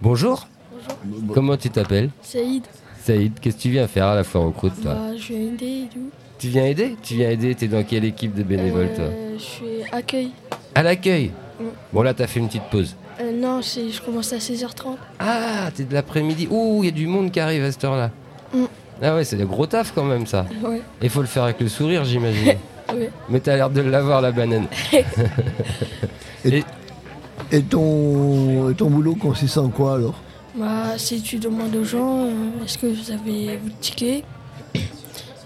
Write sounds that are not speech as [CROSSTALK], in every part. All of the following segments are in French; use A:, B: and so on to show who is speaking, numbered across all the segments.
A: Bonjour. Comment tu t'appelles
B: Saïd,
A: Saïd, qu'est-ce que tu viens faire à la foire aux croûtes, toi
B: bah, je suis aidé et tout.
A: Tu viens aider Tu viens aider T'es dans quelle équipe de bénévoles, toi
B: Euh, Je suis accueil.
A: À l'accueil
B: Mm.
A: Bon, là, t'as fait une petite pause.
B: Euh, non, c'est- je commence à
A: [LAUGHS]
B: 16h30.
A: Ah, t'es de l'après-midi. Ouh, il y a du monde qui arrive à cette heure-là.
B: Mm.
A: Ah ouais, c'est des gros taf quand même, ça.
B: Ouais,
A: Il faut le faire avec le sourire, j'imagine.
B: ouais.
A: Mais t'as l'air de l'avoir, la banane.
C: Et ton, et ton boulot consiste en quoi alors
B: Bah, si tu demandes aux gens, euh, est-ce que vous avez votre ticket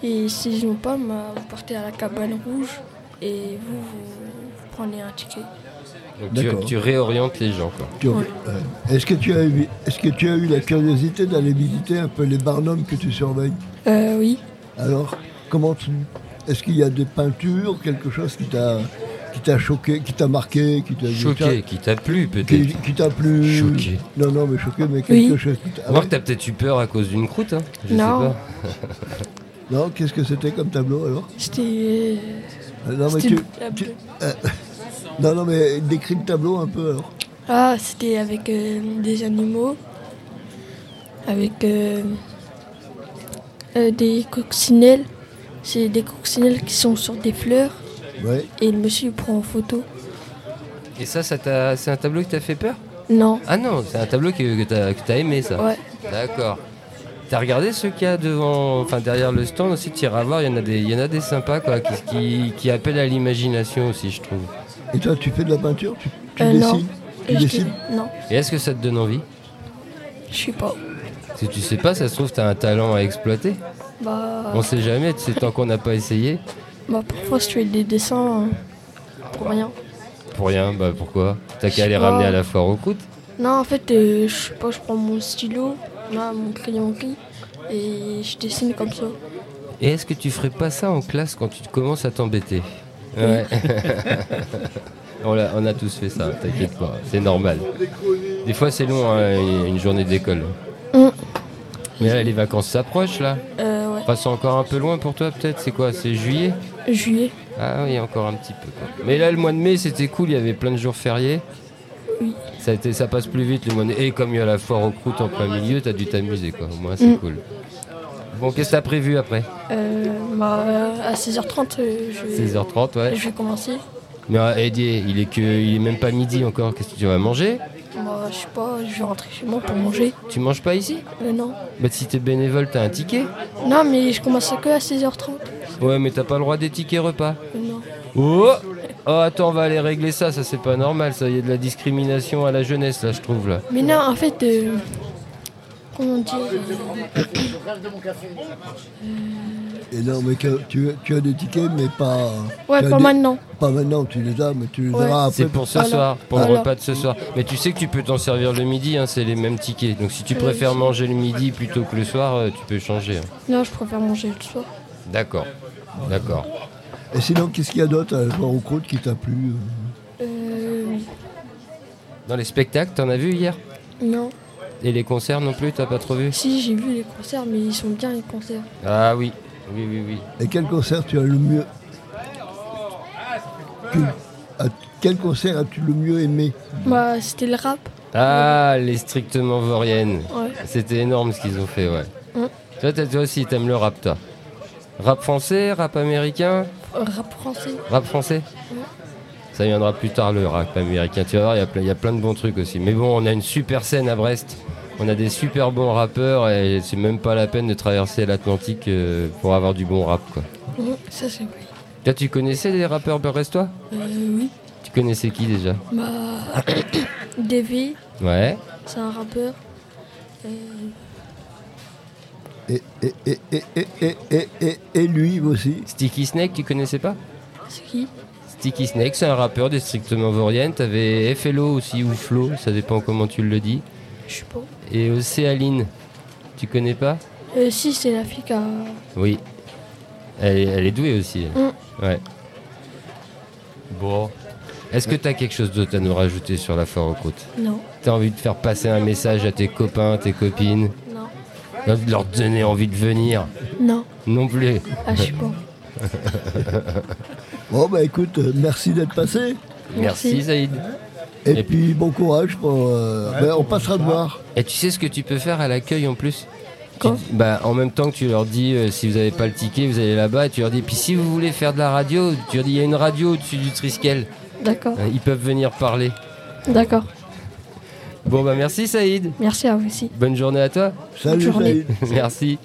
B: Et s'ils n'ont pas, bah, vous partez à la cabane rouge et vous, vous- vous prenez un ticket.
A: Donc, tu,
C: D'accord.
A: tu réorientes les gens, quoi.
C: Tu-
B: Ouais.
C: euh, Est-ce que, tu as eu- est-ce que tu as eu la curiosité d'aller visiter un peu les barnums que tu surveilles
B: Euh, oui.
C: Alors, comment tu. Est-ce qu'il y a des peintures, quelque chose qui t'a qui t'a choqué, qui t'a marqué, qui t'a
A: Choqué, qui t'a plu,
C: qui,
A: peut-être.
C: qui t'a plu
A: Choqué.
C: Non, non, mais choqué, mais quelque
B: Oui.
C: chose. qui t'a- Ah
A: Remarque,
C: ouais
A: t'as peut-être eu peur à cause d'une croûte, hein Je
B: Non.
A: sais
C: Non, qu'est-ce que c'était comme tableau alors
B: C'était.
C: Euh, Non, mais
B: c'était
C: tu-
B: la
C: tu-
B: bleue.
C: non, non, mais décris le tableau un peu alors.
B: Ah, c'était avec euh, des animaux, avec euh, euh, des coccinelles. C'est des coccinelles qui sont sur des fleurs
C: Ouais.
B: et le monsieur il prend en photo.
A: pas. Et ça, ça t'a- c'est un tableau qui t'a fait peur
B: Non,
A: Ah non, c'est un tableau que, que t'as que t'as aimé, ça.
B: ouais.
A: D'accord. T'as regardé ce qu'il y a devant, enfin derrière le stand aussi, t'iras voir, il y en a des, il y en a des sympas quoi, qui, qui, qui appellent à l'imagination aussi, je trouve.
C: Et toi, tu fais de la peinture Tu, tu
B: Euh, non.
C: dessines Tu
B: Je-
C: dessines
B: Non,
A: Et est-ce que ça te donne envie
B: je sais pas.
A: Si tu sais pas, ça se trouve t'as un talent à exploiter.
B: Bah,
A: On sait jamais, c'est tant qu'on n'a pas essayé.
B: bah, parfois je fais des dessins euh, pour rien.
A: Pour rien, bah pourquoi T'as
B: Je
A: qu'à
B: sais
A: les
B: pas.
A: ramener à la foire aux croûtes.
B: Non, en fait, euh, je sais pas, je prends mon stylo, là, mon crayon gris et je dessine comme ça.
A: Et est-ce que tu ferais pas ça en classe quand tu commences à t'embêter Ouais. [LAUGHS] on, l'a- on a tous fait ça, t'inquiète pas, c'est normal. Des fois c'est long, hein, une journée d'école.
B: Mm.
A: Mais là, les vacances s'approchent là.
B: Euh,
A: Enfin, c'est encore un peu loin pour toi peut-être, c'est quoi C'est juillet
B: ouais, juillet.
A: Ah oui, encore un petit peu. quoi. Mais là, le mois de mai, c'était cool, il y avait plein de jours fériés.
B: Oui.
A: Ça, a été- ça passe plus vite le mois de mai. Et comme il y a la foire aux croûtes en plein milieu, t'as dû t'amuser quoi. Au moins, c'est
B: Mm.
A: cool. Bon, qu'est-ce que t'as prévu après
B: Euh, bah, euh, à 16h30, euh, je vais,
A: 16h30, ouais.
B: je vais commencer.
A: Mais euh, Eddie, il est que, il est même pas midi encore. Qu'est-ce que tu vas manger
B: Bah, je sais pas, je vais rentrer chez moi pour manger.
A: Tu manges pas ici
B: Mais non.
A: Bah si t'es bénévole, t'as un ticket.
B: Non, mais je commence que à 16h30.
A: Ouais, mais t'as pas le droit des tickets repas.
B: Mais Euh, non.
A: Oh Oh attends, on va aller régler ça. Ça c'est pas normal. Ça, il y a de la discrimination à la jeunesse là, je trouve là.
B: Mais non, en fait, euh, comment dire euh,
C: Et non, mais que- tu, tu as des tickets, mais pas. tu
B: Ouais,
C: as
B: pas
C: des-
B: maintenant.
C: Pas maintenant, tu les as, mais tu les
B: Ouais.
C: auras après.
A: C'est pour ce
B: Voilà.
A: soir, pour le
B: Voilà.
A: repas de ce soir. Mais tu sais que tu peux t'en servir le midi, hein, c'est les mêmes tickets. Donc si tu
B: Oui.
A: préfères manger le midi plutôt que le soir, euh, tu peux changer. hein.
B: Non, je préfère manger le soir.
A: D'accord, d'accord.
C: Et sinon, qu'est-ce qu'il y a d'autre à voir au croûte qui t'a plu euh
B: Euh,
A: Dans les spectacles, t'en as vu hier
B: non.
A: Et les concerts non plus, t'as pas trop vu
B: Si, j'ai vu les concerts, mais ils sont bien les concerts.
A: Ah oui, oui, oui, oui.
C: Et quel concert tu as le mieux tu- à- Quel concert as-tu le mieux aimé
B: Bah, c'était le rap.
A: Ah, les strictement vauriennes.
B: Ouais.
A: C'était énorme ce qu'ils ont fait, ouais.
B: Mm.
A: Toi, t'as- toi aussi, t'aimes le rap, toi. Rap français, rap américain
B: Euh, Rap français.
A: Rap français Ça viendra plus tard le rap américain. Tu vas voir, il y a plein- il y, a plein de bons trucs aussi. Mais bon, on a une super scène à Brest. On a des super bons rappeurs et c'est même pas la peine de traverser l'Atlantique euh, pour avoir du bon rap. Quoi.
B: Ouais, Ça, c'est vrai.
A: Toi, tu connaissais des rappeurs brestois
B: Euh, oui.
A: Tu connaissais qui déjà
B: Bah, [COUGHS] Davy,
A: Ouais.
B: c'est un rappeur. Euh,
C: et, et, et, et, et, et, et, et, et lui aussi.
A: Sticky Snake, tu connaissais pas
B: c'est qui
A: Sticky Snake, c'est un rappeur des strictement vaurienne. T'avais FLO aussi ou Flo, ça dépend comment tu le dis.
B: Je sais pas.
A: Et Océaline, tu connais pas
B: Euh, si, c'est hein. la fille qui a.
A: Oui. Elle, est- elle est douée aussi. elle. Ouais. Bon. Est-ce que t'as quelque chose d'autre à nous rajouter sur la foire aux croûtes
B: Non,
A: T'as envie de faire passer un message à tes copains, tes copines
B: non,
A: De leur donner envie de venir
B: non.
A: Non plus.
B: Ah, je sais pas.
C: Bon, bah écoute, euh, merci d'être passé.
A: Merci,
B: Merci.
A: Zaïd.
C: Et,
A: Et
C: puis, bon courage pour. euh,
D: Ouais,
C: ben,
D: pour
C: on passera de voir.
A: Et tu sais ce que tu peux faire à l'accueil en plus
B: Quoi
A: Tu- bah, En même temps que tu leur dis euh, si vous n'avez pas le ticket, vous allez là-bas, et tu leur dis puis si vous voulez faire de la radio, tu leur dis il y a une radio au-dessus du Triskel,
B: D'accord,
A: Hein, ils peuvent venir parler.
B: d'accord.
A: Bon bah merci Saïd,
B: Merci à vous aussi.
A: bonne journée à toi. [LAUGHS]
C: Salut,
B: journée.
C: Saïd.
A: merci.